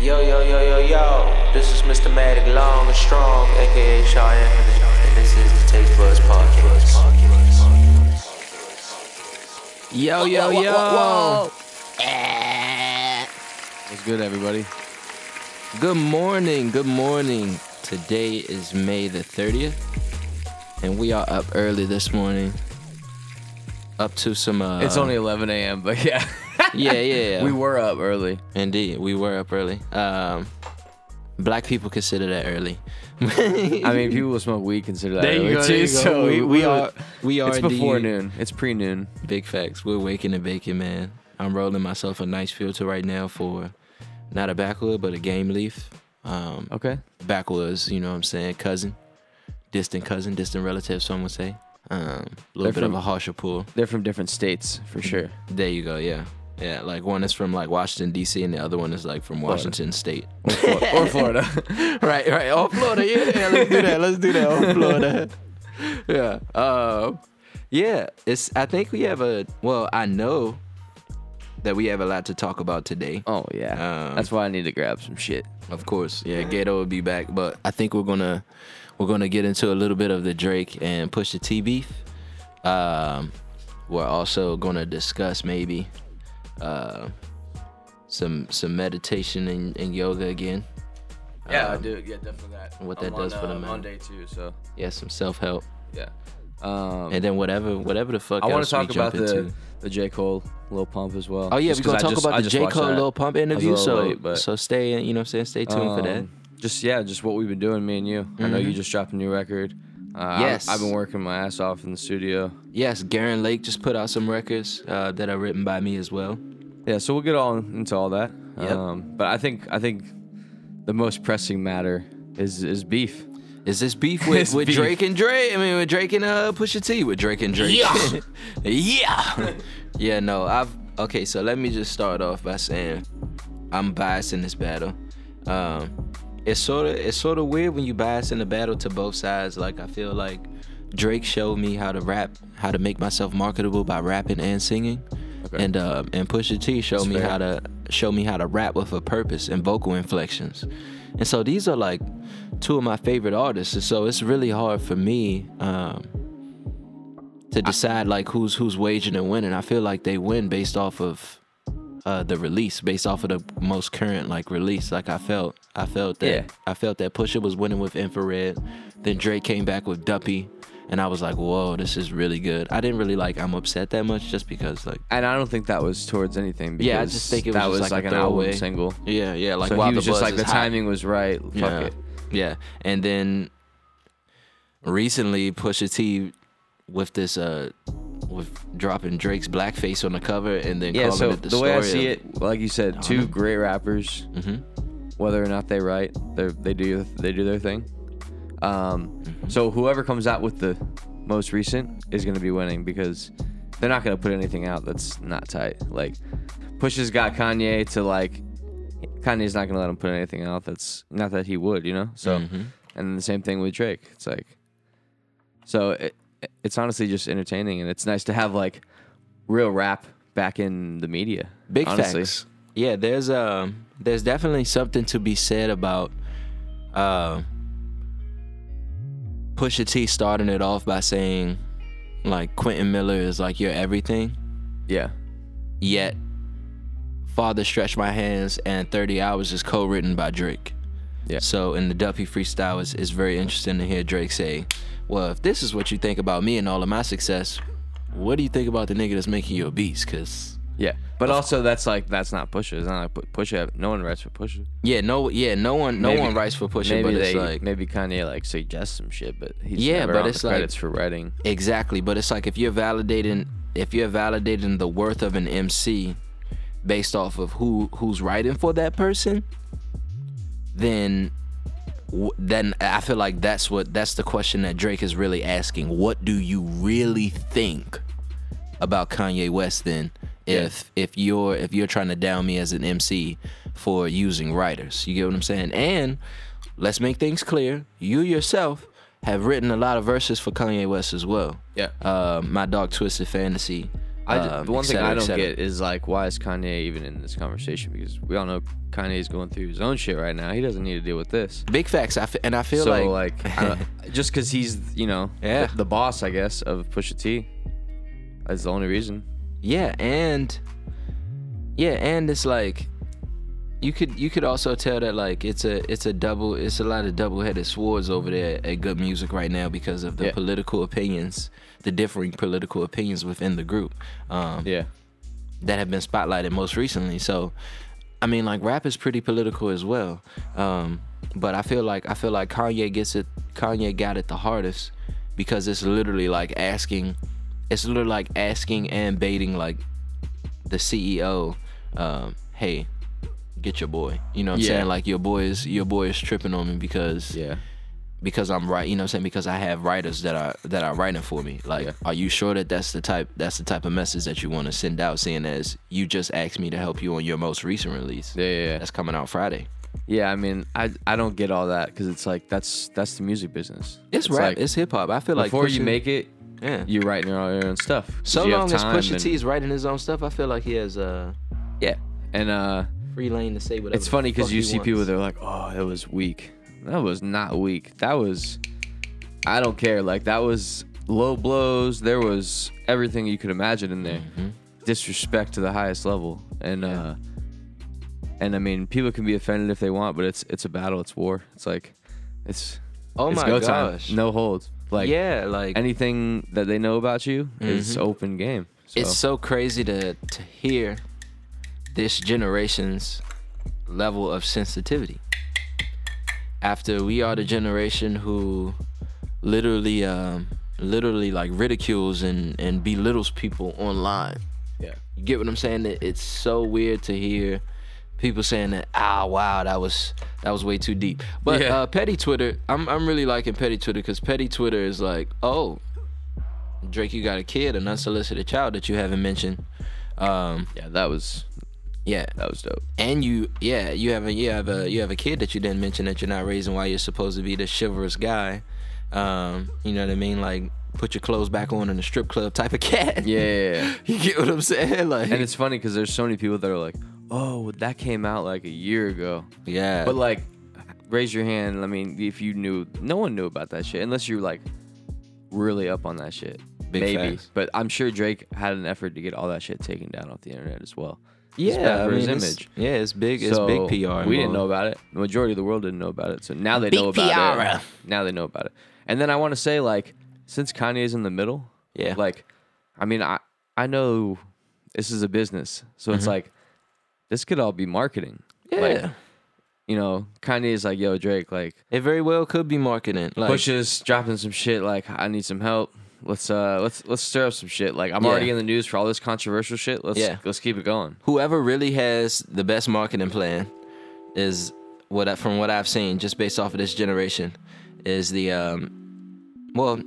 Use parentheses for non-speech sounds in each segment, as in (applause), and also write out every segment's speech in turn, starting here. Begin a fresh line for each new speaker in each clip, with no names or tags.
Yo, yo, yo, yo, yo. This is Mr. Matic Long and Strong, aka Shaw Infinite, and this is the Taste Buds Podcast.
Yo, yo, yo.
whoa, Eh.
What's good, everybody? Good morning. Good morning. Today is May the 30th, and we are up early this morning. Up to some. Uh,
It's only 11 a.m., but yeah.
(laughs)
(laughs)
Yeah, yeah, yeah.
We were up early.
Indeed, we were up early. Um, black people consider that early. (laughs)
I mean, people who smoke weed consider that
There you
early
go,
too.
there you go.
So
We-
we,
we are-
are.
we are
It's before
the-
noon. It's pre-noon.
Big facts. We're waking and baking, man. I'm rolling myself a nice filter right now for not a backwood, but a game leaf. Um,
Okay.
backwoods, you know what I'm saying? Cousin, distant cousin, distant relative, some would say. Um, a little
They're
bit of
from-
a harsher pull.
They're from different states for (laughs) sure.
There you go, yeah. Yeah, like one is from like Washington, D.C., and the other one is like from Washington State.
Or, Flor- or Florida.
(laughs) right, right. Oh, Florida. Yeah, yeah, let's do that. Let's do that. Oh, Florida. (laughs) yeah.
Uh,
Um, (laughs) yeah. It's. I think we have a. Well, I know that we have a lot to talk about today.
Oh yeah.
Um,
That's why I need to grab some shit.
Of course. Yeah. Gato will be back, but I think we're gonna we're gonna get into a little bit of the Drake and Push the T beef. Um, we're also gonna discuss maybe uh, some some meditation and, and yoga again. Um,
do. Yeah, definitely that.
what that I'm does on, for the uh, man. Monday,
too. So
Yeah, some self help.
yeah. Um,
and then whatever whatever the fuck
I
else
want to talk
we jump
about the
into.
the J Cole Lil Pump as well.
Oh yeah,
Just
we're gonna
'cause I
talk
just-
about
I
the
just
J
watched
Cole
that.
Lil Pump interview.
little
So
late, but-
so stay you know what I'm saying stay tuned for that. Mm-hmm.
Um, Just yeah, just what we've been doing, me and you. I know you just dropped a new record. Uh, I'm-
Yes.
I've been working my ass off in the studio.
Yes, Garen Lake just put out some records uh, that are written by me as well.
Yeah, so we'll get all into all that.
Yep.
Um, but I think I think the most pressing matter is is beef.
Is this
(laughs)
beef with,
It's
with
beef.
Drake and Dre? I mean, with Drake and uh, Pusha T, with Drake and Drake. Yeah, (laughs) yeah, (laughs) yeah. No, I've okay. So let me just start off by saying I'm biased in this battle. Um, it's sort of it's sort of weird when you bias in the battle to both sides. Like I feel like Drake showed me how to rap, how to make myself marketable by rapping and singing,
Okay.
and um, and Pusha T showed
That's
me
fair.
how to show me how to rap with a purpose and vocal inflections. And so these are like two of my favorite artists, and so it's really hard for me um, to decide like who's who's waging and winning. I feel like they win based off of uh, the release based off of the most current like release. Like I felt, I felt that
Yeah.
I felt that Pusha was winning with Infrared. Then Drake came back with Duppy, and I was like, whoa, this is really good. I didn't really like I'm upset that much just because like
And I don't think that was towards anything. Because
Yeah, I just think it was
that
just
was
like a
an album
throwaway.
single.
yeah yeah like
so
while
he was
the
just
buzz
like
is
the
hot.
timing was right. Fuck
yeah.
it.
Yeah, and then recently Pusha T with this uh with dropping Drake's blackface on the cover and then
Yeah.
calling
So
it the,
the, way I
story
see
of-
it, like you said, two great rappers.
Mhm.
whether or not they write, they they do they do their thing. Um, so whoever comes out with the most recent is going to be winning because they're not going to put anything out that's not tight. Like Pusha's got Kanye to like Kanye's not going to let him put anything out that's not that he would, you know. So
Mhm.
and the same thing with Drake. It's like so it, it's honestly just entertaining and it's nice to have like real rap back in the media.
Big
honestly.
facts. Yeah, there's um there's definitely something to be said about uh, Pusha T starting it off by saying like Quentin Miller is like your everything,
Yeah.
yet Father Stretch My Hands and 30 Hours is co-written by Drake.
Yeah.
So in the Duffy freestyle, it's, it's very interesting to hear Drake say, "Well, if this is what you think about me and all of my success, what do you think about the nigga that's making you a beast?" Cause
Yeah, but also that's like that's not Pusha. It's not like Pu- Pusha. No one writes for Pusha.
Yeah, no, yeah, no one, no
Maybe-
one writes for Pusha,
maybe
but it's
they,
like
maybe Kanye like suggests some shit, but he's
Yeah,
never
but
on
it's
the
like-
credits for writing.
exactly, but it's like if you're validating, if you're validating the worth of an MC based off of who who's writing for that person, then w- then I feel like that's what that's the question that Drake is really asking. What do you really think about Kanye West then? If if you're if you're trying to down me as an MC for using writers, you get what I'm saying? And let's make things clear. You yourself have written a lot of verses for Kanye West as well.
Yeah.
Uh, my dog Twisted Fantasy.
I ju-
um,
the one
et
thing
cetera,
I
et
don't
cetera.
get is like, why is Kanye even in this conversation? Because we all know Kanye's going through his own shit right now. He doesn't need to deal with this.
Big facts. I f- and I feel
so
like,
like, (laughs) I don't- just because he's you know
Yeah.
the, the boss, I guess, of Pusha T. That's the only reason.
yeah, and yeah, and it's like you could you could also tell that like it's a it's a double it's a lot of double headed swords over there at Good Music right now because of the
Yeah.
political opinions, the differing political opinions within the group. Um,
Yeah.
that have been spotlighted most recently. So, I mean, like rap is pretty political as well. Um, but I feel like I feel like Kanye gets it. Kanye got it the hardest because it's literally like asking, it's literally like asking and baiting like the CEO, um, hey, get your boy. You know what I'm
Yeah.
saying? Like your boy is your boy is tripping on me because
Yeah.
because I'm right, you know what I'm saying? Because I have writers that are that are writing for me. Like,
Yeah.
are you sure that that's the type that's the type of message that you want to send out? Seeing as you just asked me to help you on your most recent release
Yeah. Yeah. yeah.
that's coming out Friday.
Yeah, I mean, I I don't get all that because it's like that's that's the music business.
It's, rap,
like,
it's hip hop. I feel like
before you
Pusha-
make it,
yeah.
you're writing all your own stuff. 'cause
so
you have
long as
time
Pusha
and-
T is writing his own stuff, I feel like he has a
yeah, and uh,
free lane to say whatever.
it's funny because
the
you
fuck he
see people
wants.
that are like, oh, that was weak. That was not weak. That was, I don't care. Like that was low blows. There was everything you could imagine in there.
Mm-hmm.
Disrespect to the highest level, and uh, and I mean, people can be offended if they want, but it's it's a battle. It's war. It's like, it's
Oh
it's
my
go
gosh.
time. No holds. Like
yeah, like
anything that they know about you is open game. So.
it's so crazy to to hear this generation's level of sensitivity after we are the generation who literally um literally like ridicules and and belittles people online
yeah.
you get what i'm saying It- it's so weird to hear people saying that ah wow that was that was way too deep but
Yeah.
uh petty twitter i'm i'm really liking petty twitter cuz petty twitter is like oh drake you got a kid an unsolicited child that you haven't mentioned um
Yeah, that was
yeah
that was dope.
and you yeah you have a you have a you have a kid that you didn't mention that you're not raising while you're supposed to be the chivalrous guy um you know what i mean like put your clothes back on in the strip club type of (laughs) cat
Yeah, yeah, yeah.
you get what i'm saying like
(laughs) and it's funny because there's so many people that are like, "Oh, well, that came out like a year ago,"
yeah
but like, raise your hand. I mean, if you knew, no one knew about that shit unless you were like really up on that shit.
Big
Maybe,
facts.
but I'm sure Drake had an effort to get all that shit taken down off the internet as well.
yeah
bad for his
it's-
image.
yeah it's big it's
So,
big pr involved.
We didn't know about it. The majority of the world didn't know about it. So now they know
Big
about
PR.
it. Now they know about it. And then I want to say, like, since Kanye's in the middle,
Yeah.
Like, I mean, I I know this is a business, so
Mm-hmm.
it's like this could all be marketing.
yeah
Like, you know, Kanye's like, yo, Drake, like,
it very well could be marketing like
Pushes dropping some shit. Like, I need some help. Let's uh, let's let's stir up some shit. Like, I'm
Yeah.
already in the news for all this controversial shit. Let's
Yeah.
let's keep it going.
whoever really has the best marketing plan is what I, from what I've seen just based off of this generation is the um well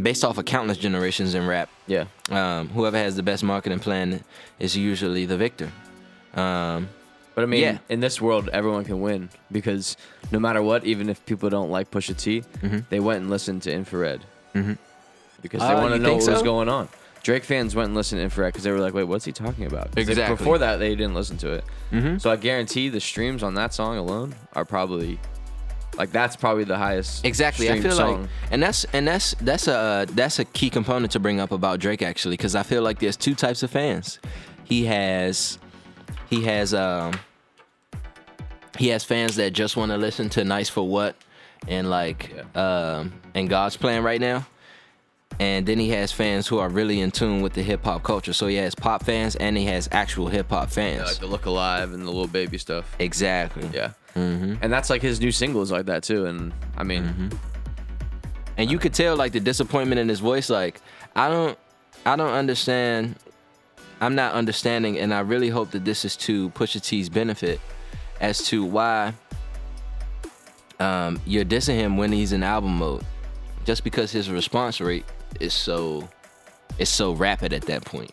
based off of countless generations in rap
Yeah.
um whoever has the best marketing plan is usually the victor um
But I mean,
Yeah.
in this world, everyone can win because no matter what, even if people don't like Pusha T,
Mm-hmm.
they went and listened to Infrared because they
Ah,
want
Mm-hmm.
to
you
know
think
what was
so?
going on. Drake fans went and listened to Infrared because they were like, "Wait, what's he talking about?" 'Cause they-
Exactly. Mm-hmm.
before that, they didn't listen to it. So I guarantee the streams on that song alone are probably like that's probably the highest.
Exactly. I
streamed
feel
song.
like, and that's and that's that's a that's a key component to bring up about Drake actually, because I feel like there's two types of fans. He has, he has, um, he has fans that just want to listen to "Nice for What" and like,
Uh,
um, and God's plan right now. And then he has fans who are really in tune with the hip hop culture. So he has pop fans and he has actual hip hop
Yeah,
fans.
like the Look Alive and the Little Baby stuff.
exactly.
Yeah. Mm-hmm. And that's like his new singles like that too. And I mean,
Mm-hmm. and you could tell like the disappointment in his voice like i don't i don't understand i'm not understanding and i really hope that this is to pusha t's benefit as to why um, you're dissing him when he's in album mode just because his response rate is so is so rapid at that point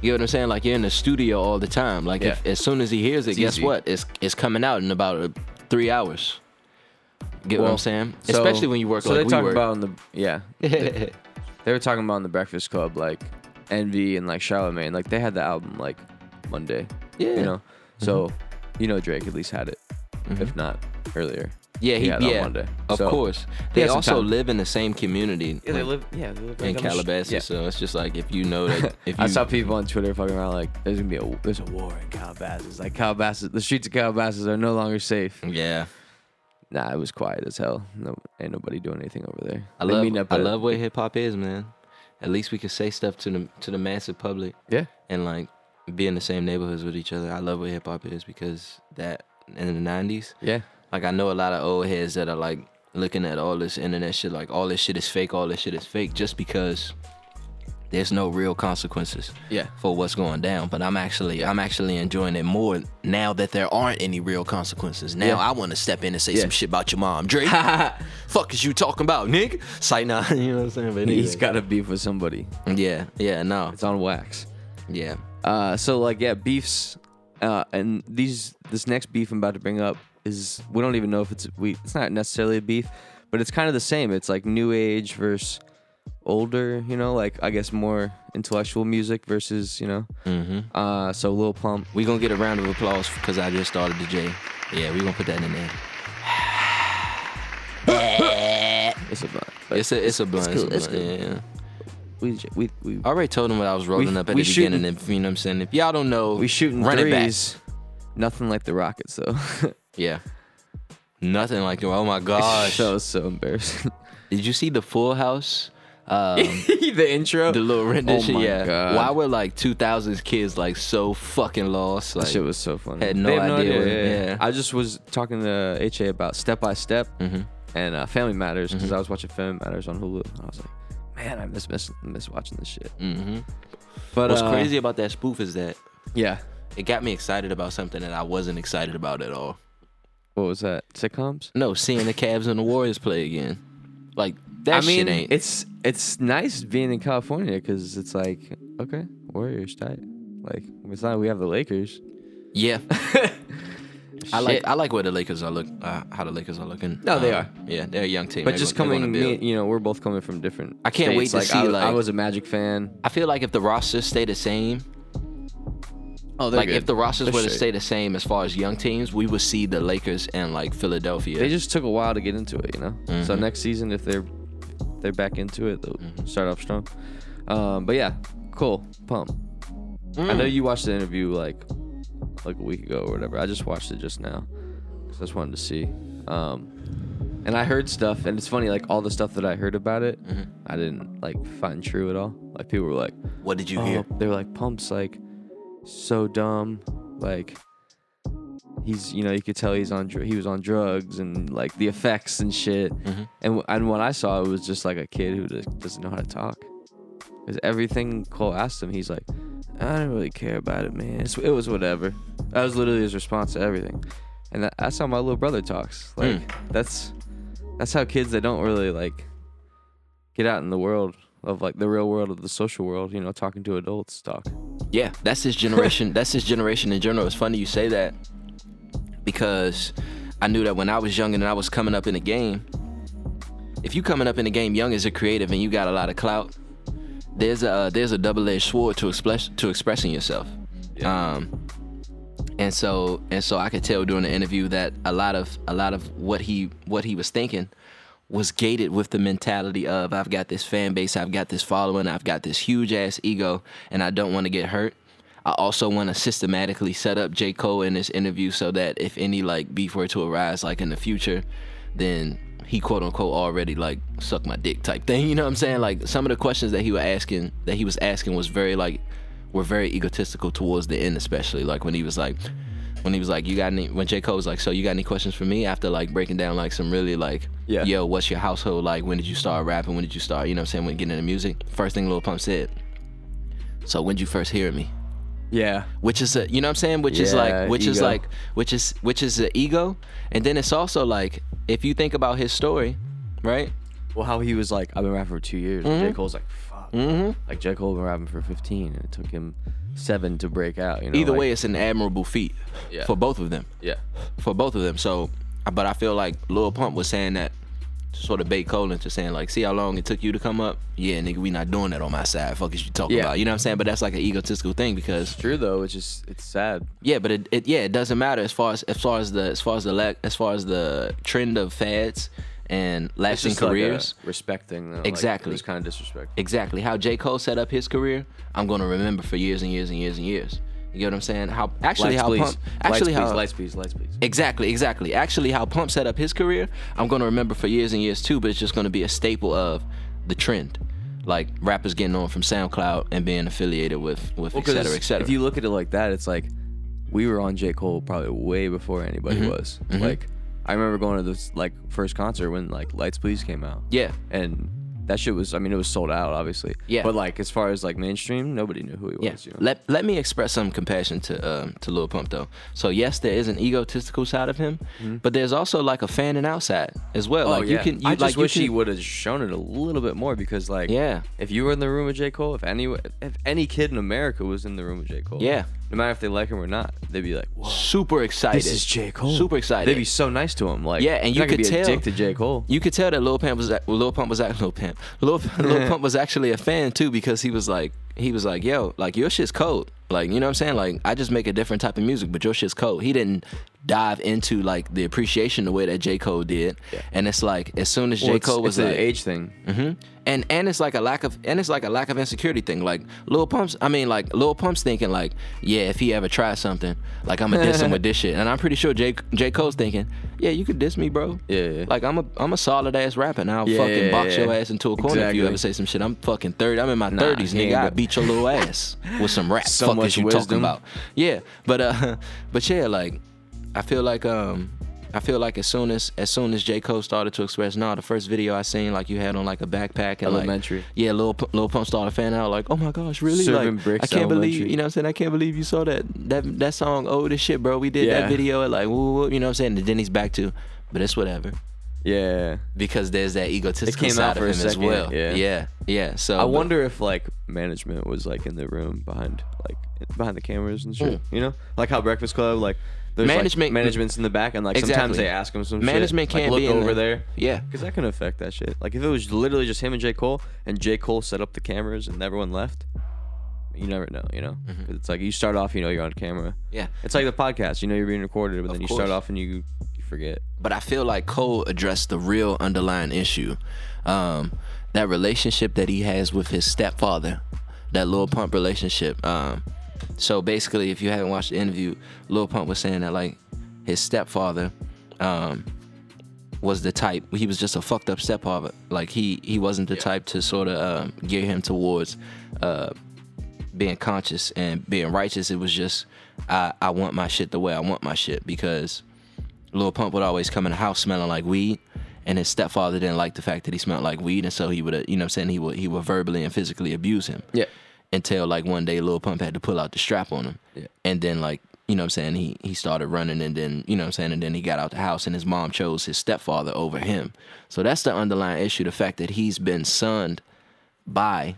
you know what i'm saying like you're in the studio all the time like if,
Yeah.
as soon as he hears it guess
easy.
what it's it's coming out in about uh, three hours get what i'm
Well,
saying
so-
especially when you work
So
like
they
we
talk
work
(laughs) about in the yeah. they, they were talking about in the Breakfast Club like Envy and like Charlamagne, like they had the album like Monday.
Yeah. Mm-hmm.
You know, so you know Drake at least had it, if not earlier.
Yeah, he,
had it on
yeah,
Monday.
of
So,
course.
he
They
had some
also
time.
live in the same community
Yeah, they
like,
live. Yeah, they live
in
down the sh-
Calabasas,
yeah.
so it's just like if you know
(laughs)
that if you
I saw people on Twitter fucking around like, "There's gonna be a there's a war in Calabasas. Like Calabasas, the streets of Calabasas are no longer safe."
(laughs) yeah,
Nah, it was quiet as hell. No, ain't nobody doing anything over there.
I
They
love
meeting up
I
at-
love what hip hop is, man. At least we can say stuff to the to the massive public
Yeah,
and like be in the same neighborhoods with each other. I love what hip hop is because that in the nineties,
yeah,
like I know a lot of old heads that are like looking at all this internet shit, like all this shit is fake, all this shit is fake, just because there's no real consequences
yeah.
for what's going down. But I'm actually I'm actually enjoying it more now that there aren't any real consequences. Now
Yeah.
I want to step in and say
Yeah.
some shit about your mom,
(laughs)
Drake. Fuck is you talking about, nigga? Sight now, (laughs) you know what I'm saying? But
He's
anyway.
got a beef with somebody.
yeah, yeah, no,
It's on wax.
yeah,
Uh, so like yeah, beefs, uh, and these this next beef I'm about to bring up is we don't even know if it's we it's not necessarily a beef, but it's kind of the same. It's like new age versus older, you know, like I guess more intellectual music versus you know.
mm-hmm.
Uh, so Lil Pump,
We gonna get a round of applause because I just started the J. Yeah, we gonna put that in there.
it's a blunt. But
It's a it's a blunt.
cool,
it's
it's
a blunt,
cool.
yeah, yeah.
we we we
I already told him what I was rolling up at
we
the
shooting-
beginning. If you know what I'm saying, if y'all don't know,
we shooting
run it back. Oh,
threes. Nothing like the Rockets though. (laughs)
Yeah, nothing like oh my gosh.
that was (laughs) so embarrassing. (laughs)
Did you see the Full House? Um,
the intro,
the little rendition,
Oh my
yeah.
God.
Why were like 2000s kids like so fucking lost? Like,
That shit was so funny.
had no
They have
idea what-
yeah,
yeah.
I just was talking to HA about Step by Step
Mhm.
and uh, Family Matters
Mm-hmm.
because I was watching Family Matters on Hulu and I was like, man, I miss miss, miss watching this shit.
mhm.
But
What's
uh,
crazy about that spoof is that
Yeah.
it got me excited about something that I wasn't excited about at all.
What was that? Sitcoms?
No, seeing the Cavs and the Warriors play again, like that
I mean,
shit ain't.
it's it's nice being in California because it's like okay, Warriors tight. Like it's not we have the Lakers.
yeah, I like
Shit.
I like where the Lakers are look uh, how the Lakers are looking.
No, they
Um,
are.
Yeah, they're a young team.
But
They
just
wa- they wanna
coming,
build.
me, you know, we're both coming from different.
I can't wait
states.
to see,
I, I
like-
was a Magic fan.
I feel like if the rosters stay the same,
Oh,
like if the rosters
They're
were to
straight.
stay the same as far as young teams, we would see the Lakers and like Philadelphia.
they just took a while to get into it, you know. So
Mm-hmm.
next season, if they're they're back into it, they'll start off strong. Um, but yeah, cool. Pump. I
Mm.
know you watched the interview like like a week ago or whatever. I just watched it just now. 'cause I just wanted to see. Um, and I heard stuff, and it's funny, like all the stuff that I heard about it, I didn't like find true at all. Like people were like,
Mm. what did you
oh,
hear?
They were like, Pump's like so dumb. Like he's, you know, you could tell he's on dr- he was on drugs and like the effects and shit.
Mm-hmm.
And wh- and what I saw was just like a kid who just doesn't know how to talk. Because everything Cole asked him, he's like, I don't really care about it, man. It's, it was whatever. That was literally his response to everything. And that, that's how my little brother talks. Like
Hmm.
that's that's how kids that don't really like get out in the world of like the real world of the social world, you know, talking to adults talk.
Yeah, that's this generation. (laughs) that's this generation in general. It's funny you say that because I knew that when I was young and I was coming up in the game. If you coming up in the game young as a creative and you got a lot of clout, there's a there's a double edged sword to express to expressing yourself. Um, and so and so I could tell during the interview that a lot of a lot of what he what he was thinking was gated with the mentality of I've got this fan base, I've got this following, I've got this huge ass ego, and I don't want to get hurt. I also want to systematically set up J. Cole in this interview so that if any like beef were to arise like in the future, then he quote unquote already like suck my dick type thing. (laughs) You know what I'm saying? Like some of the questions that he was asking that he was asking was very like were very egotistical towards the end, especially like when he was like, when he was like, you got any? When J Cole was like, so you got any questions for me? After like breaking down like some really like,
Yeah.
yo, what's your household like? When did you start rapping? When did you start? You know what I'm saying? When getting into music, first thing Lil Pump said. So when did you first hear me?
Yeah.
Which is a, you know what I'm saying? Which is
Yeah,
like, which is
ego.
like, which is which is the ego, and then it's also like, if you think about his story, right?
Well, how he was like, I've been rapping for two years. and J. Cole's like, fuck.
Mm-hmm.
Like J. Cole been rapping for 15, and it took him seven to break out. You know.
Either
like-
way, it's an admirable feat
Yeah.
for both of them.
yeah.
for both of them. So, but I feel like Lil Pump was saying that to sort of bait Cole into saying like, see how long it took you to come up? Yeah, nigga, we not doing that on my side. Fuck is you talking
Yeah.
about? You know what I'm saying? But that's like an egotistical thing because
True though, it's just it's sad.
yeah, but it, it yeah, it doesn't matter as far as as far as the as far as the lack as far as the trend of fads and
It's
lasting
just like a
careers.
respect thing though.
Exactly.
Like, it's kind of disrespectful.
exactly how J. Cole set up his career, I'm gonna remember for years and years and years and years. You get what I'm saying? How actually
lights,
how
please.
pump actually
lights,
how
please, lights please, lights please.
Exactly, exactly. Actually, how Pump set up his career, I'm gonna remember for years and years too. But it's just gonna be a staple of the trend, like rappers getting on from SoundCloud and being affiliated with with et
'cause
cetera, et cetera.
If you look at it like that, it's like we were on J. Cole probably way before anybody
Mm-hmm.
was. Like I remember going to this like first concert when like Lights Please came out.
yeah,
And that shit was I mean it was sold out obviously.
Yeah.
But like as far as like mainstream, nobody knew who he was. You know?
Let let me express some compassion to um, to Lil Pump though. So yes, there is an egotistical side of him, but there's also like a fan and outside as well.
Mm-hmm. Oh,
like you
yeah.
can, you,
I
like
just
you
wish he
can-
would have shown it a little bit more because, like,
Yeah.
if you were in the room with J. Cole, if any if any kid in America was in the room with J. Cole,
Yeah.
no matter if they like him or not, they'd be like, "Whoa,
super excited.
this is J. Cole."
Super excited.
They'd be so nice to him, like,
Yeah, and
you're
you
not gonna
could
be a
tell-
dick to J. Cole.
you could tell that Lil Pump was Lil Pump was Lil Pump Lil, (laughs) Lil Pump was actually a fan too because he was like he was like yo like your shit's cold like you know what I'm saying like I just make a different type of music but your shit's cold he didn't dive into like the appreciation the way that J Cole did and it's like as soon as
Well,
J
it's-
Cole was
it's
like
an age thing.
hmm And and it's like a lack of and it's like a lack of insecurity thing. Like Lil Pump's, I mean, like Lil Pump's thinking like, yeah, if he ever tries something, like I'ma diss him with this shit. And I'm pretty sure J J Cole's thinking, yeah, you could diss me, bro.
Yeah, yeah.
Like I'm a I'm a solid ass rapper, and I'll
Yeah,
fucking
yeah,
box
yeah.
your ass into a corner if you
Exactly.
ever say some shit. I'm fucking thirty. I'm in my
Nah,
thirties,
he ain't
nigga. I
got-
beat your
(laughs)
little ass with some rap.
So
Fuck
much
is you
wisdom.
talking about? Yeah, but uh, (laughs) but yeah, like I feel like um, I feel like as soon as as soon as J Cole started to express, nah, the first video I seen like you had on like a backpack and like-
Elementary.
yeah, little little pump started fanning out like, oh my gosh, really?
Serving
like
bricks
I can't believe
elementary.
you know what I'm saying. I can't believe you saw that that that song. Oh, this shit, bro. We did
Yeah.
that video at like woo, woo, you know what I'm saying. And then he's back to, but it's whatever
Yeah,
because there's that egotistical
came
side
out
of
for a
him as
second,
well.
yeah.
yeah, yeah. So
I
but-
wonder if like management was like in the room behind like behind the cameras and shit. You know, like how Breakfast Club like there's
Hmm. Management-
like, management's in the back and like sometimes
Exactly.
they ask him some
Management
shit, like,
can't
look
be in the-
over there.
Yeah.
because that can affect that shit. Like if it was literally just him and J Cole and J Cole set up the cameras and everyone left. You never know, you know.
Mm-hmm.
'Cause It's like you start off, you know, you're on camera.
Yeah.
It's like the podcast. You know, you're being recorded, but then you start
course.
off and you, you forget.
but I feel like Cole addressed the real underlying issue. Um, that relationship that he has with his stepfather, that Lil Pump relationship. Um, so basically, if you haven't watched the interview, Lil Pump was saying that like his stepfather um, was the type. He was just a fucked up stepfather. Like he he wasn't the type to sort of um, gear him towards uh, being conscious and being righteous. It was just I I want my shit the way I want my shit because Lil Pump would always come in the house smelling like weed, and his stepfather didn't like the fact that he smelled like weed, and so he would, uh, you know, what I'm saying he would he would verbally and physically abuse him.
Yeah.
Until like one day, Lil Pump had to pull out the strap on him.
Yeah.
And then like you know, what I'm saying he he started running, and then you know, what I'm saying, and then he got out the house, and his mom chose his stepfather over him. So that's the underlying issue: the fact that he's been sunned by,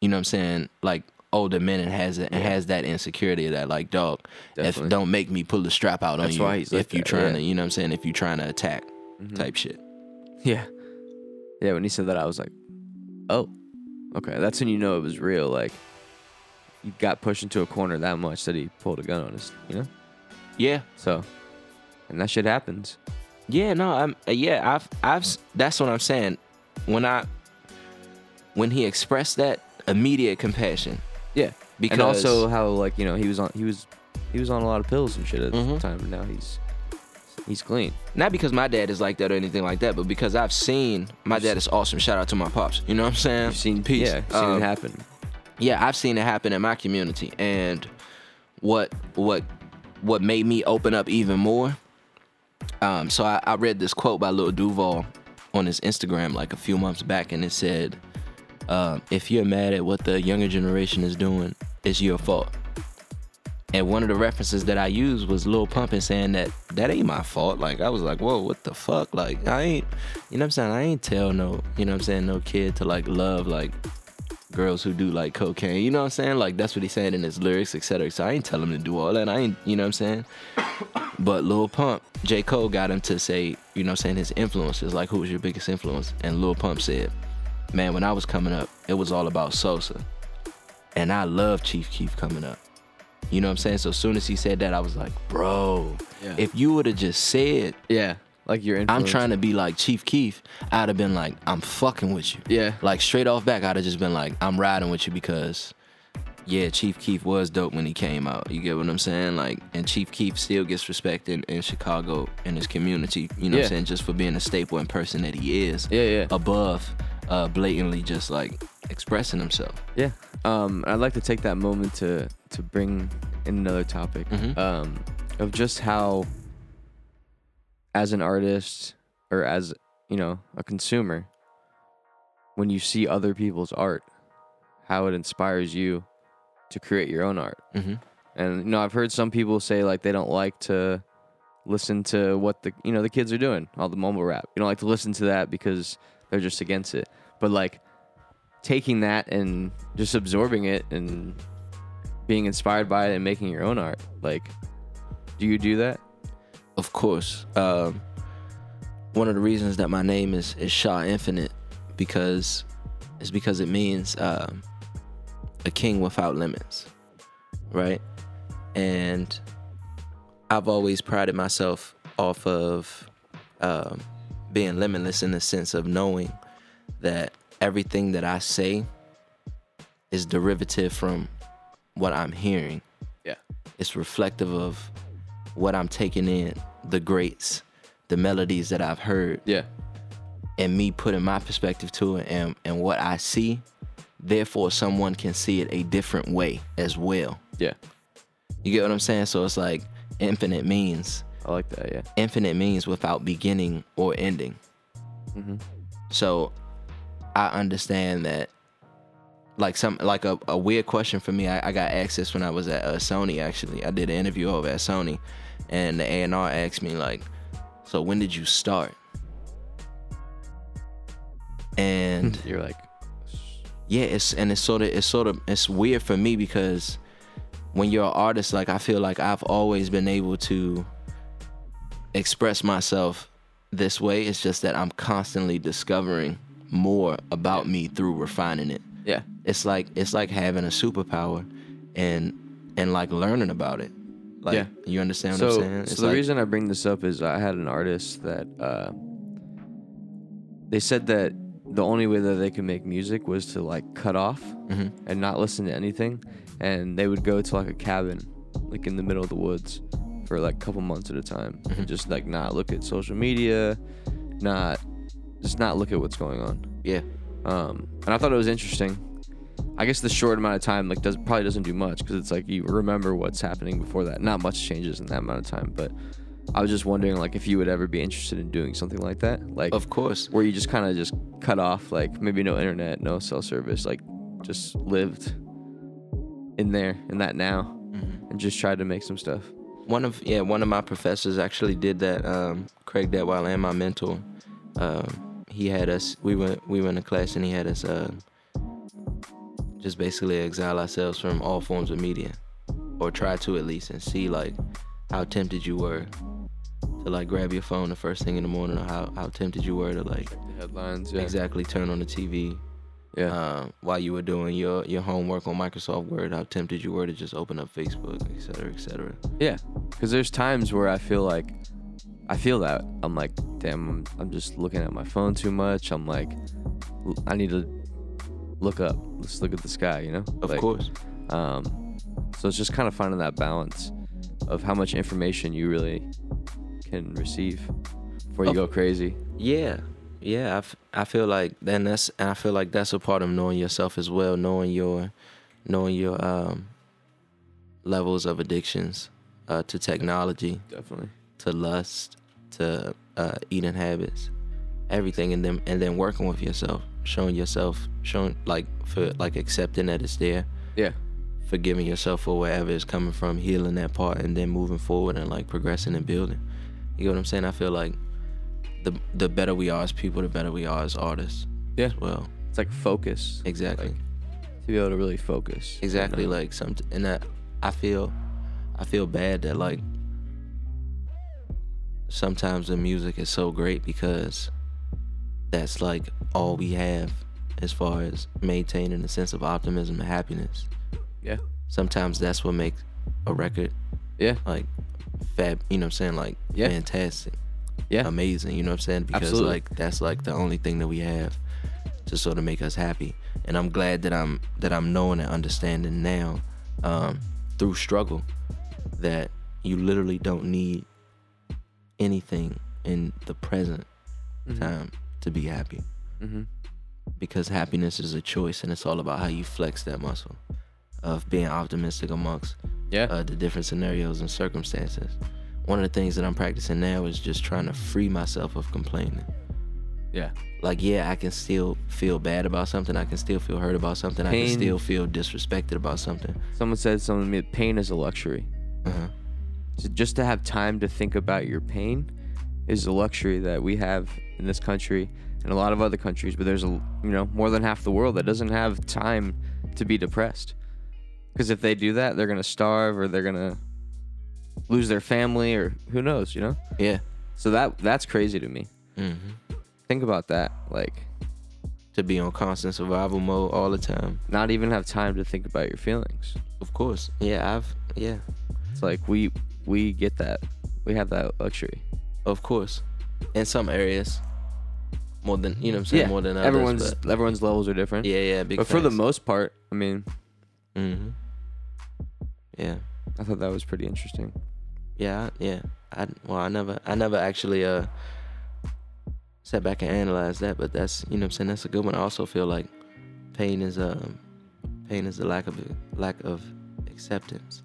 you know, what I'm saying like older men and has it and has that insecurity of that like dog
Definitely.
if don't make me pull the strap out on
That's
you
why he's like
if you
that,
trying to
yeah.
you know what I'm saying if you trying to attack type shit.
Mm-hmm. (laughs) Yeah. Yeah, when he said that, I was like, oh, okay. That's when you know it was real. Like, you got pushed into a corner that much that he pulled a gun on us, you know?
Yeah,
So, and that shit happens.
yeah, no, I'm uh, yeah, I've I've s- that's what I'm saying. When I when he expressed that immediate compassion,
Yeah. Because.
Because-
And also how, like, you know, he was on, he was, he was on a lot of pills and shit at the
Mhm.
time. And now he's, he's clean.
not because my dad is like that or anything like that, but because I've seen my dad is awesome. Shout out to my pops. You know what I'm saying?
You've seen,
peace.
Yeah, seen
Um,
it happen.
yeah, I've seen it happen in my community, and what what what made me open up even more. Um, so I, I read this quote by Lil Duval on his Instagram like a few months back, and it said, uh, "If you're mad at what the younger generation is doing, it's your fault." And one of the references that I used was Lil Pump and saying that that ain't my fault. Like I was like, whoa, what the fuck? Like I ain't, you know what I'm saying? I ain't tell no, you know what I'm saying, no kid to like love like girls who do like cocaine. You know what I'm saying? Like that's what he's saying in his lyrics, et cetera. So I ain't tell him to do all that. I ain't, you know what I'm saying? (coughs) But Lil Pump, J. Cole got him to say, you know what I'm saying, his influences, like who was your biggest influence? And Lil Pump said, Man, when I was coming up, it was all about Sosa. And I love Chief Keef coming up. You know what I'm saying? So as soon as he said that, I was like, bro,
Yeah.
if you would have just said
Yeah, like your
I'm
influence.
trying to be like Chief Keef, I'd have been like, I'm fucking with you.
Yeah.
Like straight off back, I'd have just been like, I'm riding with you because, yeah, Chief Keef was dope when he came out. You get what I'm saying? Like, and Chief Keef still gets respect in, in Chicago in his community. You know what
Yeah.
I'm saying? Just for being a staple and person that he is.
Yeah, yeah.
Above, uh, blatantly just like expressing himself.
Yeah. Um, I'd like to take that moment to to bring in another topic
Mhm.
um, of just how, as an artist or as you know a consumer, when you see other people's art, how it inspires you to create your own art.
Mm-hmm.
And you know, I've heard some people say like they don't like to listen to what the you know the kids are doing, all the mumble rap. You don't like to listen to that because they're just against it. But like taking that and just absorbing it and being inspired by it and making your own art. Like, do you do that?
of course. Um, one of the reasons that my name is is Shah Infinite because is because it means um, a king without limits, right? And I've always prided myself off of um, being limitless in the sense of knowing that everything that I say is derivative from what I'm hearing
Yeah.
it's reflective of what I'm taking in, the greats, the melodies that I've heard,
Yeah.
and me putting my perspective to it and, and what I see. Therefore, someone can see it a different way as well.
Yeah.
You get what I'm saying? So it's like infinite means
I like that. Yeah.
infinite means without beginning or ending.
Mhm.
So I understand that like some like a, a weird question for me I, I got asked this when I was at uh, Sony actually I did an interview over at Sony and the A&R asked me like so when did you start and
You're like,
yeah it's and it's sort of it's sort of it's weird for me because when you're an artist like i feel like i've always been able to express myself this way it's just that i'm constantly discovering more about me through refining it
yeah,
it's like it's like having a superpower and and like learning about it like
Yeah.
you understand what
so,
i'm saying
so
it's
the
like,
reason I bring this up is I had an artist that uh, they said that the only way that they could make music was to like cut off
Mm-hmm.
and not listen to anything, and they would go to like a cabin, like in the middle of the woods, for like a couple months at a time,
Mm-hmm.
and just like not look at social media, not just not look at what's going on.
yeah
Um, and I thought it was interesting. I guess the short amount of time like does probably doesn't do much because it's like you remember what's happening before that. Not much changes in that amount of time, but I was just wondering like if you would ever be interested in doing something like that, like
of course
where you just kind of just cut off, like maybe no internet, no cell service, like just lived in there in that now, and just tried to make some stuff.
one of yeah one of my professors actually did that um craig detwiler and my mentor um he had us we went we went to class and he had us uh just basically exile ourselves from all forms of media or try to at least and see like how tempted you were to like grab your phone the first thing in the morning or how, how tempted you were to like
Headlines, yeah,
exactly turn on the tv
yeah,
um, while you were doing your, your homework on Microsoft Word, how tempted you were to just open up Facebook, et cetera, et cetera.
yeah. Because there's times where I feel like I feel that. I'm like, damn, I'm, I'm just looking at my phone too much. I'm like, l- I need to look up. Let's look at the sky, you know?
Of
Like,
course.
Um, so it's just kind of finding that balance of how much information you really can receive before you
Of-
go crazy.
Yeah, yeah. I, f- I feel like then that's and I feel like that's a part of knowing yourself as well, knowing your, knowing your um, levels of addictions uh, to technology,
Definitely.
to lust, to uh, eating habits, everything, and then and then working with yourself, showing yourself, showing like for like accepting that it's there,
Yeah.
forgiving yourself for wherever it's coming from, healing that part, and then moving forward and like progressing and building. You get what I'm saying? I feel like the the better we are as people, the better we are as artists.
Yeah.
Well,
It's like focus.
exactly.
to be able to really focus.
exactly like some and that i feel i feel bad that like sometimes the music is so great because that's like all we have as far as maintaining a sense of optimism and happiness
Yeah.
sometimes that's what makes a record
Yeah.
like fab you know what i'm saying like
Yeah.
fantastic
Yeah.
amazing you know what i'm saying because
Absolutely.
like that's like the only thing that we have to sort of make us happy and i'm glad that i'm that i'm knowing and understanding now um through struggle that you literally don't need anything in the present time to be happy
Mm-hmm.
because happiness is a choice and it's all about how you flex that muscle of being optimistic amongst
Yeah.
uh, the different scenarios and circumstances. One of the things that I'm practicing now is just trying to free myself of complaining.
yeah.
Like, yeah, I can still feel bad about something. I can still feel hurt about something. I can
Pain.
still feel disrespected about something.
Someone said something to me. Pain is a luxury.
Uh-huh.
So just to have time to think about your pain is a luxury that we have in this country and a lot of other countries but there's a you know more than half the world that doesn't have time to be depressed because if they do that they're gonna starve or they're gonna lose their family or who knows you know
Yeah.
so that that's crazy to me
hmm
think about that like
To be on constant survival mode all the time.
not even have time to think about your feelings
Of course. Yeah, I've, yeah,
it's like we we get that we have that luxury
of course. In some areas, more than, you know what I'm saying? More than others.
everyone's
but-
everyone's levels are different
yeah, yeah, big
but for the
facts.
most part i mean
Mm-hmm. Yeah,
I thought that was pretty interesting.
yeah, I- yeah. I well, I never, I never actually uh sat back and analyzed that, but that's you know what I'm saying. That's a good one. I also feel like pain is um pain is the lack of lack of acceptance.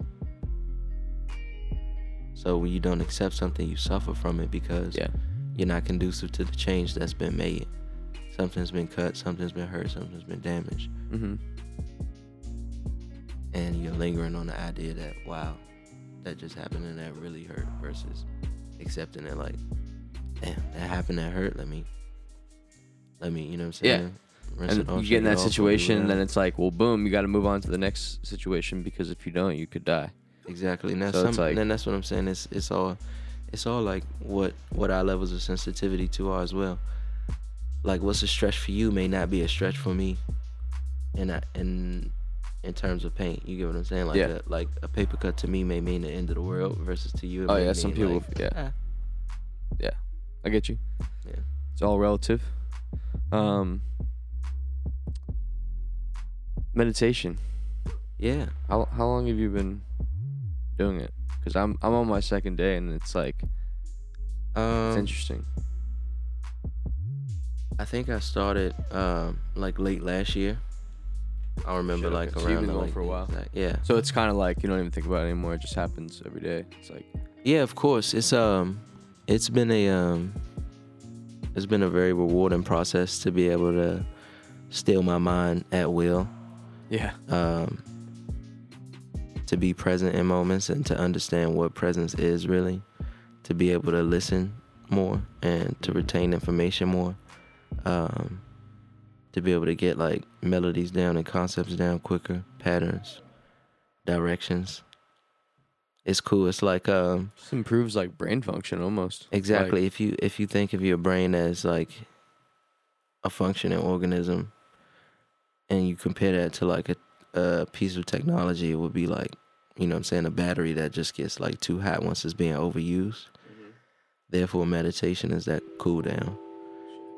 So when you don't accept something, you suffer from it because
Yeah.
you're not conducive to the change that's been made. Something's been cut, something's been hurt, something's been damaged.
Mm-hmm.
and you're lingering on the idea that wow, that just happened and that really hurt versus accepting it like, damn, that happened, that hurt. Let me, let me, you know what I'm
Yeah.
saying?
And you get in that situation, and then it's like, well, boom, you got to move on to the next situation because if you don't, you could die.
exactly. And that's
so
some,
it's like-
and then that's what I'm saying. It's it's all, it's all like what what our levels of sensitivity to are as well. Like what's a stretch for you may not be a stretch for me, and I and. In terms of pain, you get what I'm saying. Like,
Yeah.
a, like a paper cut to me may mean the end of the world, versus to you. It
Oh
may
yeah, some
mean,
people.
like,
yeah,
ah,
I get you.
Yeah.
It's all relative. Um, meditation.
Yeah.
How how long have you been doing it? Because I'm I'm on my second day, and it's like it's
Um,
interesting.
I think I started um, like late last year. I remember
Shit,
like
okay. So
around
you've been
the,
going
like,
for a
the
while.
exact- yeah.
So it's kind of like you don't even think about it anymore. It just happens every day. It's like
Yeah, of course. It's um it's been a um it's been a very rewarding process to be able to steal my mind at will.
yeah,
Um to be present in moments and to understand what presence is really, to be able to listen more and to retain information more. Um to be able to get like melodies down and concepts down quicker, patterns, directions. It's cool. It's like um
just improves like brain function almost. Like,
Exactly. if you if you think of your brain as like a functioning organism, and you compare that to like a, a piece of technology, it would be like you know what I'm saying a battery that just gets like too hot once it's being overused.
Mm-hmm.
Therefore, meditation is that cool down,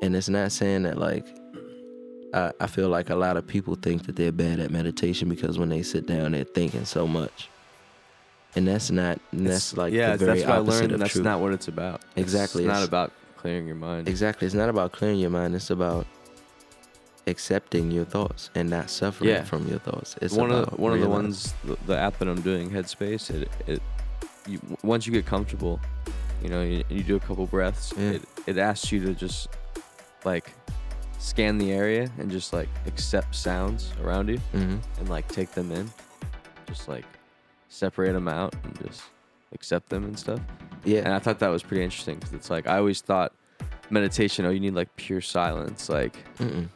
and it's not saying that like. I, I feel like a lot of people think that they're bad at meditation because when they sit down, they're thinking so much, and that's not. And that's
It's-
like
yeah,
the
it's-
very
that's what I
opposite
learned.
of
and That's
truth.
not what it's about. It's-
Exactly,
it's,
it's-
not about clearing your mind.
Exactly. It's not about clearing your mind. It's about accepting your thoughts and not suffering
Yeah.
from your thoughts. It's
one of
about
the, one of the
realizing-
ones the, the app that I'm doing, Headspace. It it you, w- once you get comfortable, you know, you, you do a couple breaths.
Yeah.
It it asks you to just like scan the area and just like accept sounds around you
Mhm.
and like take them in, just like separate them out and just accept them and stuff. And
Yeah.
I thought that was pretty interesting because it's like I always thought meditation, oh, you need like pure silence, like
Mm-mm.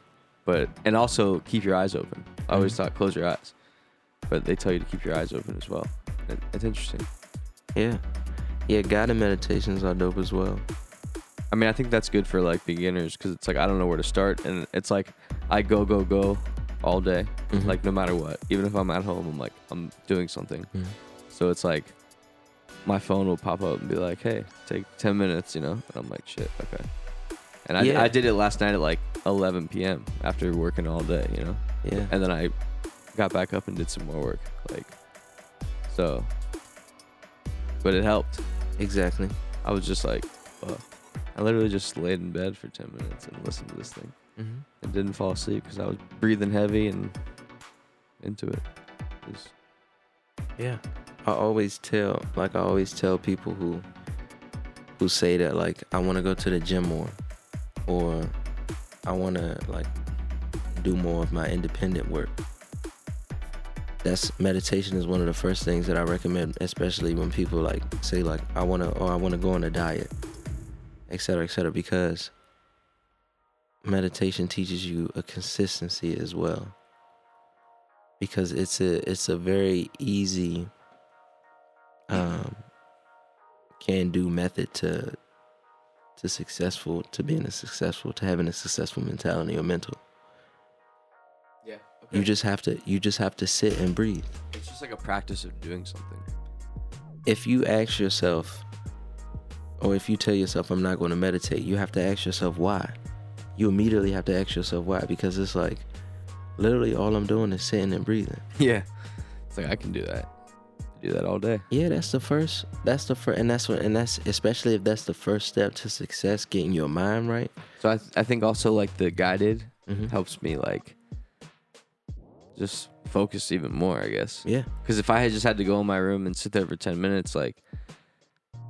But and also keep your eyes open. I always thought close your eyes, but they tell you to keep your eyes open as well. It, it's interesting.
Yeah. Yeah, guided meditations are dope as well.
I mean, I think that's good for like beginners because it's like I don't know where to start, and it's like I go go go all day,
Mm-hmm.
Mhm.
like no matter what. Even if I'm at home, I'm like I'm doing something.
Mm-hmm.
So it's like my phone will pop up and be like, "Hey, take 10 minutes," you know, and I'm like, "Shit, okay." And I,
Yeah.
I did it last night at like 11 p.m. after working all day, you know,
Yeah.
and then I got back up and did some more work, like so. But it helped.
Exactly.
I was just like, "Wow." I literally just laid in bed for 10 minutes and listened to this thing and didn't fall asleep because I was breathing heavy and into it. It was-
Yeah. I always tell like I always tell people who who say that like I want to go to the gym more or I want to like do more of my independent work. That's meditation is one of the first things that I recommend, especially when people like say like I want to or I want to go on a diet, et cetera, et cetera, because meditation teaches you a consistency as well because it's a it's a very easy um can do method to to successful to being a successful to having a successful mentality or mental
yeah.
you just have to you just have to sit and breathe
It's just like a practice of doing something.
if you ask yourself or if you tell yourself i'm not going to meditate you have to ask yourself why you immediately have to ask yourself why because it's like literally all i'm doing is sitting and breathing
(laughs) Yeah. It's like I can do that. Do that all day.
Yeah, that's the first. That's the first, and that's what, and that's especially if that's the first step to success, getting your mind right.
So I, th- I think also like the guided
Mhm.
helps me like just focus even more, I guess.
Yeah,
Because if I had just had to go in my room and sit there for 10 minutes, like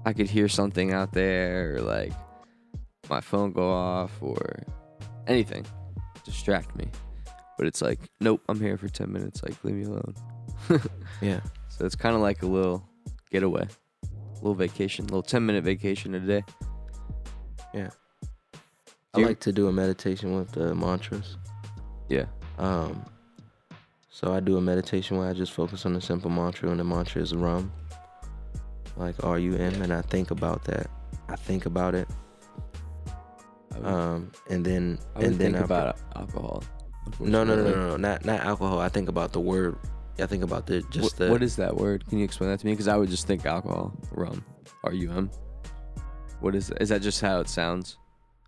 I could hear something out there or like my phone go off or anything distract me. But it's like, nope, I'm here for 10 minutes. Like, leave me alone.
yeah,
So it's kind of like a little getaway, a little vacation, a little 10 minute vacation a day.
yeah. I
Do you-
like to do a meditation with the mantras.
Yeah.
Um, so I do a meditation where I just focus on a simple mantra, and the mantra is RUM, like R U M, and I think about that. I think about it,
I would,
um, and then
I would
and then
Mm-hmm. Oh, think
I,
about alcohol.
no, no, no, no,
unfortunately.
no, no, not not alcohol. I think about the word. I think about the just
Wh-
the
what is that word? Can you explain that to me? Because I would just think alcohol, rum, R U M. What is that? Is that just how it sounds?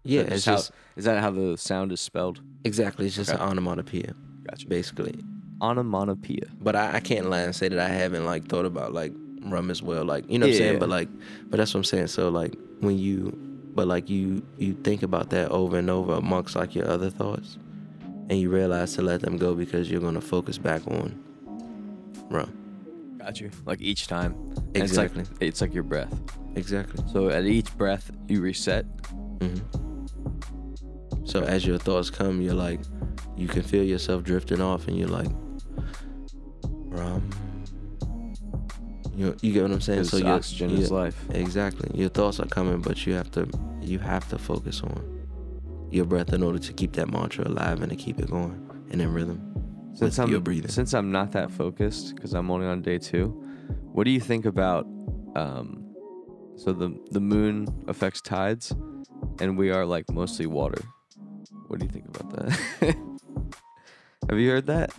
yeah.
Is that
It's
how,
just
is that how the sound is spelled?
exactly. It's just
Okay.
an onomatopoeia.
Gotcha.
basically.
Onomatopoeia.
But I, I can't lie and say that I haven't like thought about like rum as well. Like you know what I'm
Yeah,
saying?
yeah.
But like but that's what I'm saying. So like when you but like you you think about that over and over amongst like your other thoughts and you realize to let them go because you're gonna focus back on rum.
Got you. Like each time. And it's like- It's like,
Exactly.
your breath.
Exactly.
So at each breath, you reset.
hmm Mm-hmm. So as your thoughts come, you're like you can feel yourself drifting off and you're like rum. You, you get what I'm saying?
Because
So you're-
oxygen is
you're-
life.
Exactly. Your thoughts are coming, but you have to you have to focus on your breath in order to keep that mantra alive and to keep it going and in rhythm.
Since
with
I'm
your breathing.
since I'm not that focused because I'm only on day two, what do you think about? Um, so the the moon affects tides, and we are like mostly water. What do you think about that? (laughs) Have you heard that?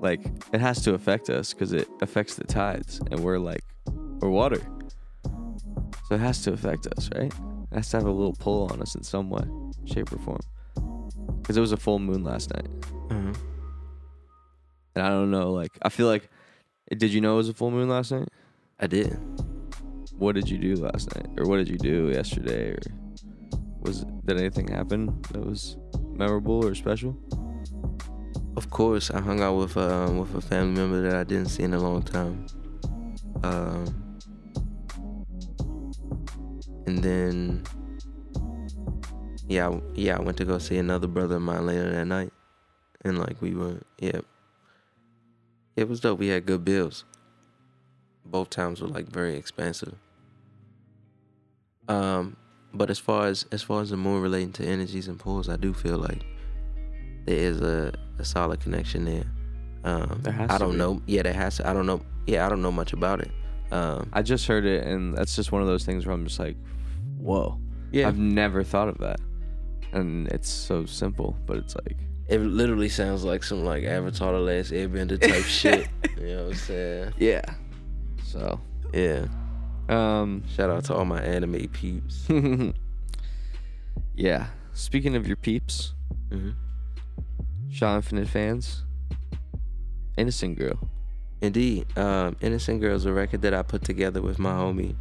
Like it has to affect us because it affects the tides, and we're like we're water, so it has to affect us, right? It has to have a little pull on us in some way, shape, or form. Because it was a full moon last night. And I don't know, like I feel like did you know it was a full moon last night?
I did.
What did you do last night? Or what did you do yesterday? Or was did anything happen that was memorable or special?
Of course, I hung out with um, with a family member that I didn't see in a long time. Um, and then yeah, I- yeah, I went to go see another brother of mine later that night, and like we were yeah, it was dope. We had good bills. Both times were like very expensive. Um, but as far as as far as the moon relating to energies and pulls, I do feel like there is a, a solid connection there. Um,
There has
I
to
don't
be.
know. Yeah, there has to. I don't know. Yeah, I don't know much about it. Um,
I just heard it, and that's just one of those things where I'm just like, whoa.
yeah,
I've never thought of that. And it's so simple, but it's like,
it literally sounds like some like Avatar: The Last Airbender
(laughs)
type shit. You know what I'm saying?
yeah. So,
Yeah.
um, (laughs)
Shout out to all my anime peeps.
yeah. Speaking of your peeps, Mm-hmm.
Mhm.
Shaw Infinite fans, Innocent Girl.
Indeed, um, Innocent Girls, a record that I put together with my homie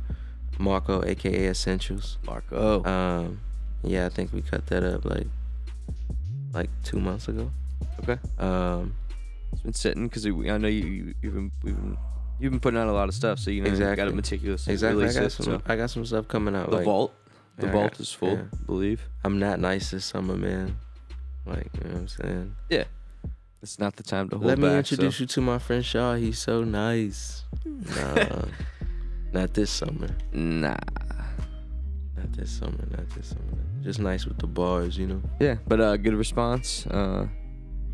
Marco, aka Essentials.
Marco.
Um, yeah, I think we cut that up like like two months ago.
okay.
Um,
It's been sitting because I know you, you, you've been, we've been, you've been putting out a lot of stuff, so you know you got
Exactly.
to meticulously
exactly. I
release
got,
it,
some,
so.
I got some stuff coming out.
The
like,
vault, the
Yeah, I
vault
got-
is full,
yeah.
I believe.
I'm not nice this summer, man. Like, you know what I'm saying?
It's not the time to hold
Let
back.
me
so- (laughs)
introduce you to my friend Shaw. He's so nice. Nah, not this summer.
Nah.
Not this summer. Not this summer. Just nice with the bars, you know?
Yeah, but uh, good response. Uh,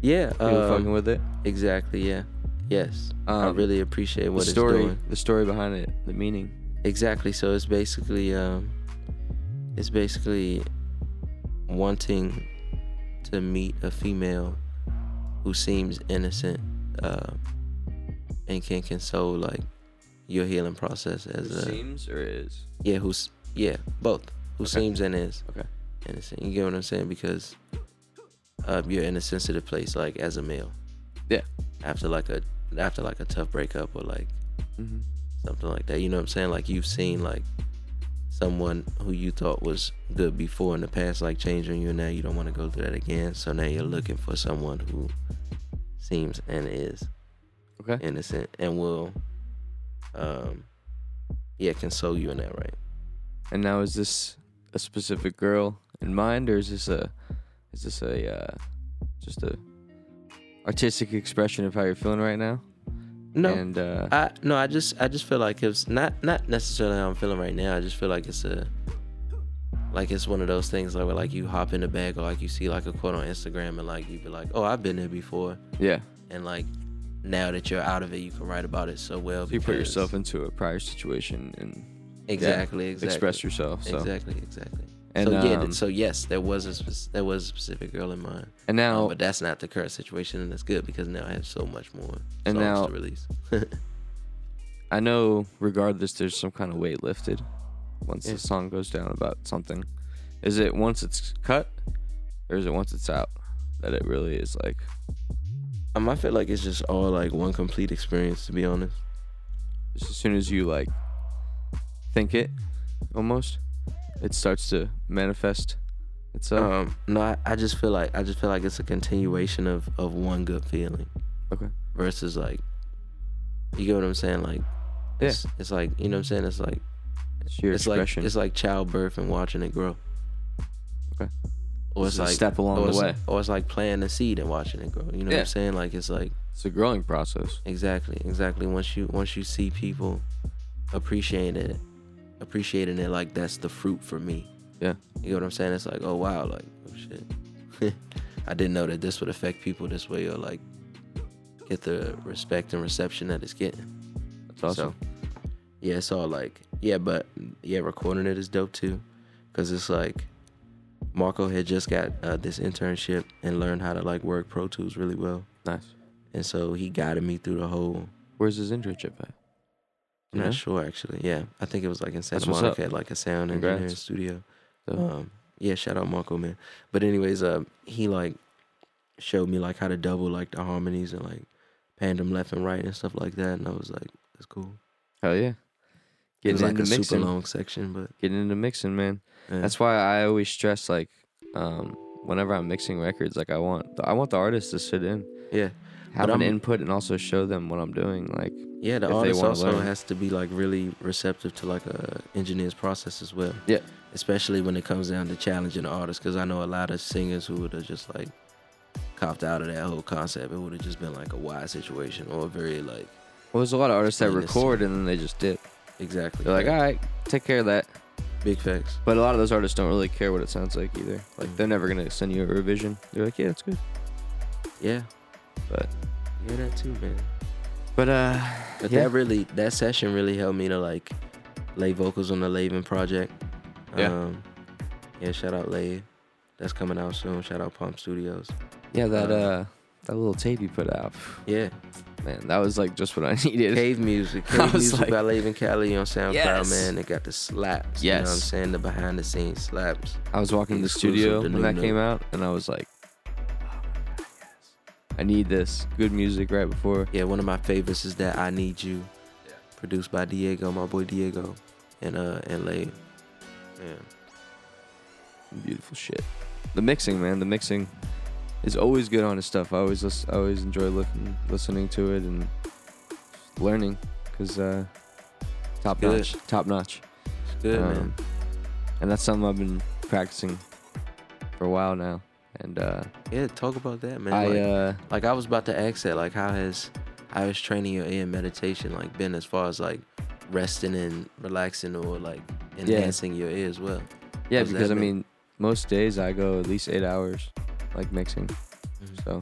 Yeah.
people
um,
fucking with it.
Exactly. Yeah. Yes. I
Um,
really appreciate
the
what it's
story,
doing.
the story behind it, the meaning.
Exactly. So it's basically um, it's basically wanting to meet a female who seems innocent uh, and can console like your healing process as a
seems or is.
yeah who's yeah both who
Okay.
seems and is
Okay.
innocent. You get what I'm saying because uh, you're in a sensitive place like as a male.
Yeah.
After like a after like a tough breakup or like
Mm-hmm.
something like that. You know what I'm saying? Like you've seen like someone who you thought was good before in the past, like change on you, and now you don't want to go through that again. So now you're looking for someone who seems and is
Okay.
innocent and will, um, yeah, console you in that, right?
And now is this a specific girl in mind, or is this a, is this a, uh, just a artistic expression of how you're feeling right now?
No,
And uh,
I no, I just I just feel like it's not not necessarily how I'm feeling right now. I just feel like it's a like it's one of those things like where like you hop in the bag or like you see like a quote on Instagram and like you be like, oh, I've been there before.
yeah,
and like now that you're out of it you can write about it so well
so you put
because-
yourself into a prior situation and
exactly exactly
express yourself. So
exactly exactly
and
so yeah uh,
um,
th- so yes there was a spec- there was a specific girl in mind
and
Um,
now
but that's not the current situation and that's good because now i have so much more
And
songs
now-
to release (laughs)
I know, regardless, there's some kind of weight lifted once
Yeah.
the song goes down about something. Is it once it's cut, or is it once it's out that it really is like?
um, i feel like it's just all like one complete experience to be honest
Just as soon as you like think it, almost, it starts to manifest itself.
um no I, I just feel like i just feel like it's a continuation of of one good feeling
okay.
versus like you get what i'm saying like
Yeah.
it's, it's like you know what i'm saying it's like
It's your
it's
expression.
like it's like childbirth and watching it grow.
Okay.
Or
It's
it's
a
like
step along
or
the
it's-
way.
Or it's like planting the seed and watching it grow. You know what
Yeah.
I'm saying? Like it's like
it's a growing process.
exactly, exactly. Once you once you see people appreciating it, appreciating it, like that's the fruit for me.
Yeah.
You know what I'm saying? It's like oh wow, like oh shit, (laughs) I didn't know that this would affect people this way or like get the respect and reception that it's getting.
That's awesome.
So, yeah, it's all like, yeah, but yeah, recording it is dope too. Cause it's like, Marco had just got uh, this internship and learned how to like work Pro Tools really well.
nice.
And so he guided me through the whole,
Where's his internship at?
I'm
Yeah.
not sure actually. Yeah, I think it was like in Santa
That's what's
Monica
up.
at like a sound
Congrats.
engineering studio.
So,
Um, yeah, shout out Marco, man. But anyways, uh, he like showed me like how to double like the harmonies and like pan them left and right and stuff like that. And I was like, that's cool.
hell yeah.
It was
Getting
like
into
a super
mixing.
long section, but uh,
Getting into mixing, man.
yeah.
That's why I always stress like um whenever I'm mixing records, like I want I want the artist to sit in,
yeah.
have
But
an
I'm-
input and also show them what I'm doing. Like
Yeah,
if
the
they
artist
wanna
also
learn.
has to be like really receptive to like a engineer's process as well.
Yeah.
Especially when it comes down to challenging the artist, because I know a lot of singers who would have just like copped out of that whole concept. It would have just been like a wide situation or a very like
well there's a lot of artists that
Yeah, this-
record and then they just dip.
exactly.
They're like, all right, take care of that.
big facts.
But a lot of those artists don't really care what it sounds like either. Like
Mm.
they're never gonna send you a revision. They're like, Yeah, it's good.
Yeah,
But
hear that too, man.
but uh,
But
yeah.
that really, that session really helped me to like lay vocals on the Laven project.
Yeah.
Um, yeah. Shout out Lay. That's coming out soon. Shout out Palm Studios.
yeah, that
uh,
uh, that little tape you put out,
Yeah.
man, that was like just what I (laughs) needed.
Cave
(laughs)
Music.
I
Cave
was
Music
like-
by Laven Cali on SoundCloud,
Yes.
man. They got the slaps. You know what I'm
Yes.
saying? The behind the scenes slaps.
I was walking in the
Exclusive
studio
to
when that
Nunu.
came out, and I was like, "Oh I need this good music right before.
Yeah, one of my favorites is that I Need You. Produced by Diego, my boy Diego. And uh and Lay. Yeah.
Beautiful shit. The mixing, man, the mixing is always good on his stuff. I always lis- I always enjoy looking, listening to it and learning because uh, top
Good.
notch, top notch.
It's good, man.
Um, And that's something I've been practicing for a while now. And uh,
Yeah, talk about that, man.
I
like,
uh,
like I was about to ask that, like how has how has training your ear meditation like been as far as like resting and relaxing or like enhancing your ear as well?
yeah,
does that
because I
mean-
mean, most days I go at least eight hours, like mixing. So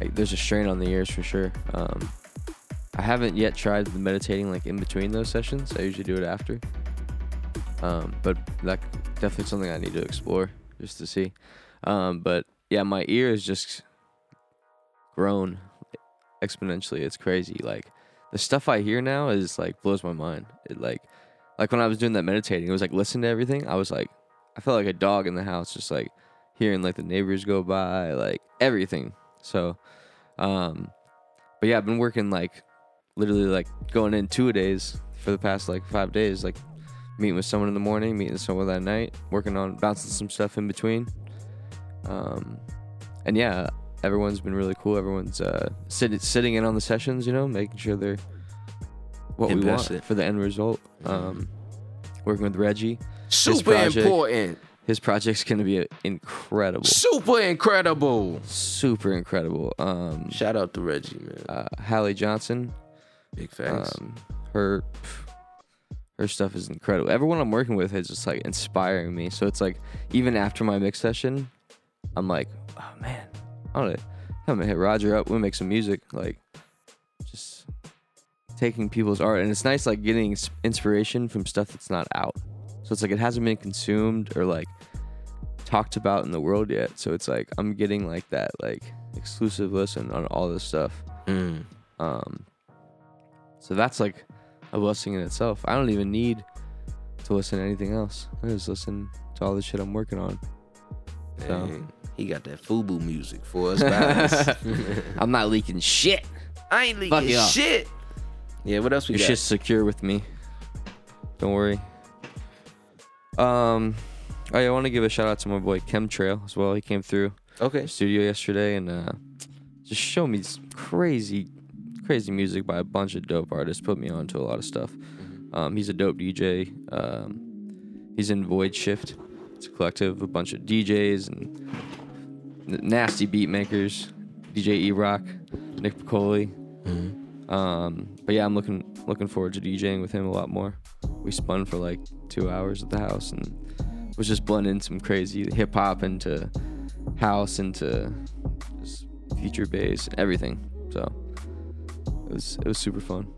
I, there's a strain on the ears for sure. Um, I haven't yet tried the meditating like in between those sessions. I usually do it after. Um, but that definitely something I need to explore just to see. Um, but yeah, my ear is just grown exponentially. It's crazy. Like the stuff I hear now is like blows my mind. It like like when I was doing that meditating, it was like listen to everything. I was like, I felt like a dog in the house, just like hearing like the neighbors go by, like everything. So, um, but yeah, I've been working like literally like going in two a days for the past like five days, like meeting with someone in the morning, meeting someone at night, working on bouncing some stuff in between. Um, and yeah, everyone's been really cool. Everyone's uh, sitting sitting in on the sessions, you know, making sure they're what we want
Invested.
for the end result. Um, working with Reggie,
Super
project-
important.
his project's gonna be incredible,
Super incredible.
super incredible. Um,
Shout out to Reggie, man.
uh, Hallie Johnson.
Big facts.
Um, her her stuff is incredible. Everyone I'm working with is just like inspiring me. So it's like even after my mix session, I'm like, oh man, I'm gonna, I'm gonna hit Roger up. We'll make some music. Like just taking people's art, and it's nice like getting ins- inspiration from stuff that's not out. So it's like it hasn't been consumed or like talked about in the world yet. So it's like I'm getting like that like exclusive listen on all this stuff.
Mm.
Um, so that's like a blessing in itself. I don't even need to listen to anything else. I just listen to all the shit I'm working on. So-
Dang. He got that FUBU music for us. (laughs)
(laughs)
guys.
I'm not leaking shit.
I ain't
Fuck
leaking
y'all.
shit. Yeah, what else we
Your
got?
shit's secure with me. Don't worry. Um, oh yeah, I want to give a shout out to my boy Chemtrail as well. He came through
okay.
the studio yesterday and uh, just showed me s- crazy, crazy music by a bunch of dope artists. Put me onto a lot of stuff. Um, he's a dope DJ. Um, he's in Void Shift. It's a collective, a bunch of DJs and n- nasty beat makers. DJ E Rock, Nick Piccoli.
Mm-hmm.
Um, but yeah, I'm looking looking forward to DJing with him a lot more. We spun for like two hours at the house and was just blending some crazy hip hop into house into just future bass and everything. So it was it was super fun.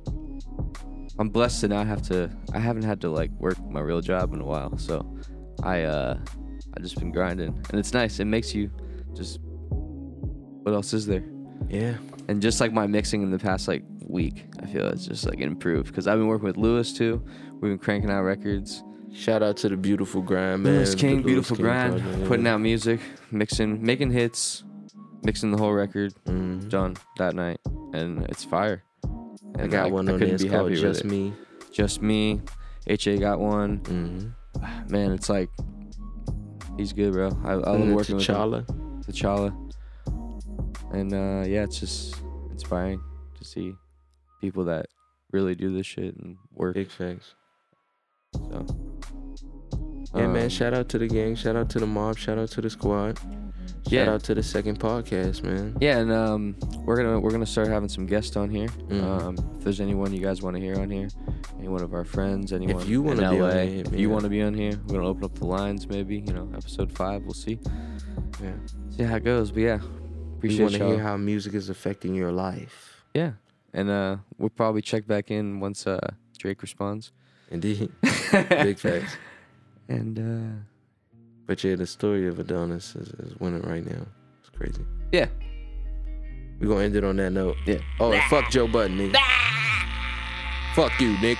I'm blessed to not have to. I haven't had to like work my real job in a while, so I uh I just been grinding, and it's nice. It makes you just what else is there?
Yeah.
And just like my mixing in the past like week, I feel it's just like improved because I've been working with Lewis too. We've been cranking out records.
Shout out to the beautiful grind, man.
Lewis King,
The
beautiful
King
grind,
project, yeah.
putting out music, mixing, making hits, mixing the whole record.
Mhm.
Done that night, and it's fire. And
I got one on there.
couldn't
It's
be
called
happier with
Just
it.
Me.
Just me. HA got one.
Mm-hmm.
Man, it's like he's good, bro. I, I love
and
working
Mm-hmm. T'Challa.
with him. T'Challa. And uh, yeah, it's just inspiring to see people that really do this shit and work.
Big facts.
So.
Yeah, man.
Um,
Shout out to the gang. Shout out to the mob. Shout out to the squad. Shout
Yeah.
out to the second podcast, man.
Yeah, and um, we're gonna we're gonna start having some guests on here.
Mhm.
Um, if there's anyone you guys want to hear on here, any one of our friends, anyone
you
in
wanna
LA,
be on here, hit
if
me
you
up.
want to be on here, we're gonna open up the lines maybe. You know, episode five, we'll see
Yeah.
see how it goes. But yeah,
we
Appreciate
want to
y'all.
hear how music is affecting your life.
yeah, and uh, we'll probably check back in once uh,
(laughs)
Drake responds.
Indeed, big facts.
And uh,
But yeah, the story of Adonis is, is winning right now. It's crazy.
yeah,
We're gonna end it on that note.
Yeah.
Oh, and fuck Joe Button, nigga. fuck you, Nick.